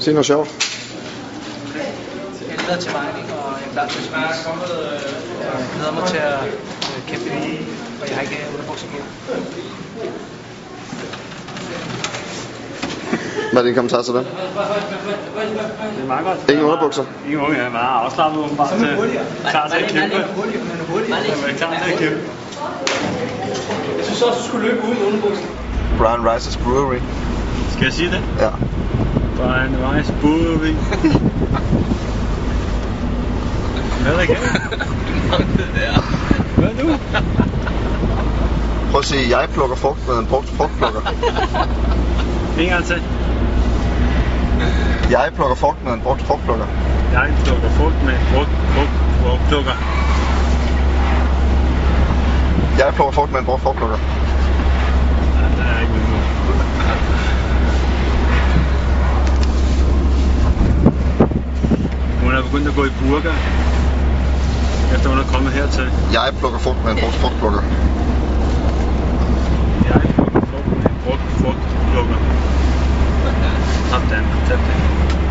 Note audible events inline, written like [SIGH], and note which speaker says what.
Speaker 1: Se noget sjovt.
Speaker 2: Helvede til mig, ikke? og jeg er klar til at spille. Jeg glæder mig til at øh, kæmpe i morgen, og jeg har ikke øh, underbukser på.
Speaker 1: Hvad er din kommentar til det?
Speaker 3: Det er meget godt.
Speaker 1: Ingen underbukser.
Speaker 3: Ingen unge, jeg er meget afslappet åbenbart. øh,
Speaker 2: Så er man hurtigere.
Speaker 3: Klar til at
Speaker 2: Man
Speaker 3: kæmpe.
Speaker 2: er hurtigere, man er hurtigere.
Speaker 3: Jeg er klar til at kæmpe.
Speaker 2: Jeg synes også, du skulle løbe ud i underbukser.
Speaker 1: Brian Rice's Brewery.
Speaker 3: Skal jeg sige det?
Speaker 1: Ja.
Speaker 3: Brian Rice Brewery.
Speaker 2: [LAUGHS]
Speaker 3: Hvad er det igen? Hvad nu?
Speaker 1: Prøv at se, jeg plukker frugt med en brugt frugtplukker.
Speaker 3: [LAUGHS] En gang til.
Speaker 1: Jeg plukker frugt med en brugt frugtplukker.
Speaker 3: Jeg plukker frugt med frugt, frugt, frugtplukker.
Speaker 1: Jeg plukker frugt med en brugt frugtplukker.
Speaker 3: Nej, der er ikke nogen. Hun er begyndt at gå i burger, efter hun er kommet hertil.
Speaker 1: Jeg plukker frugt med en brugt frugtplukker.
Speaker 3: Jeg plukker frugt med en brugt frugtplukker. Kom Dan, tag det.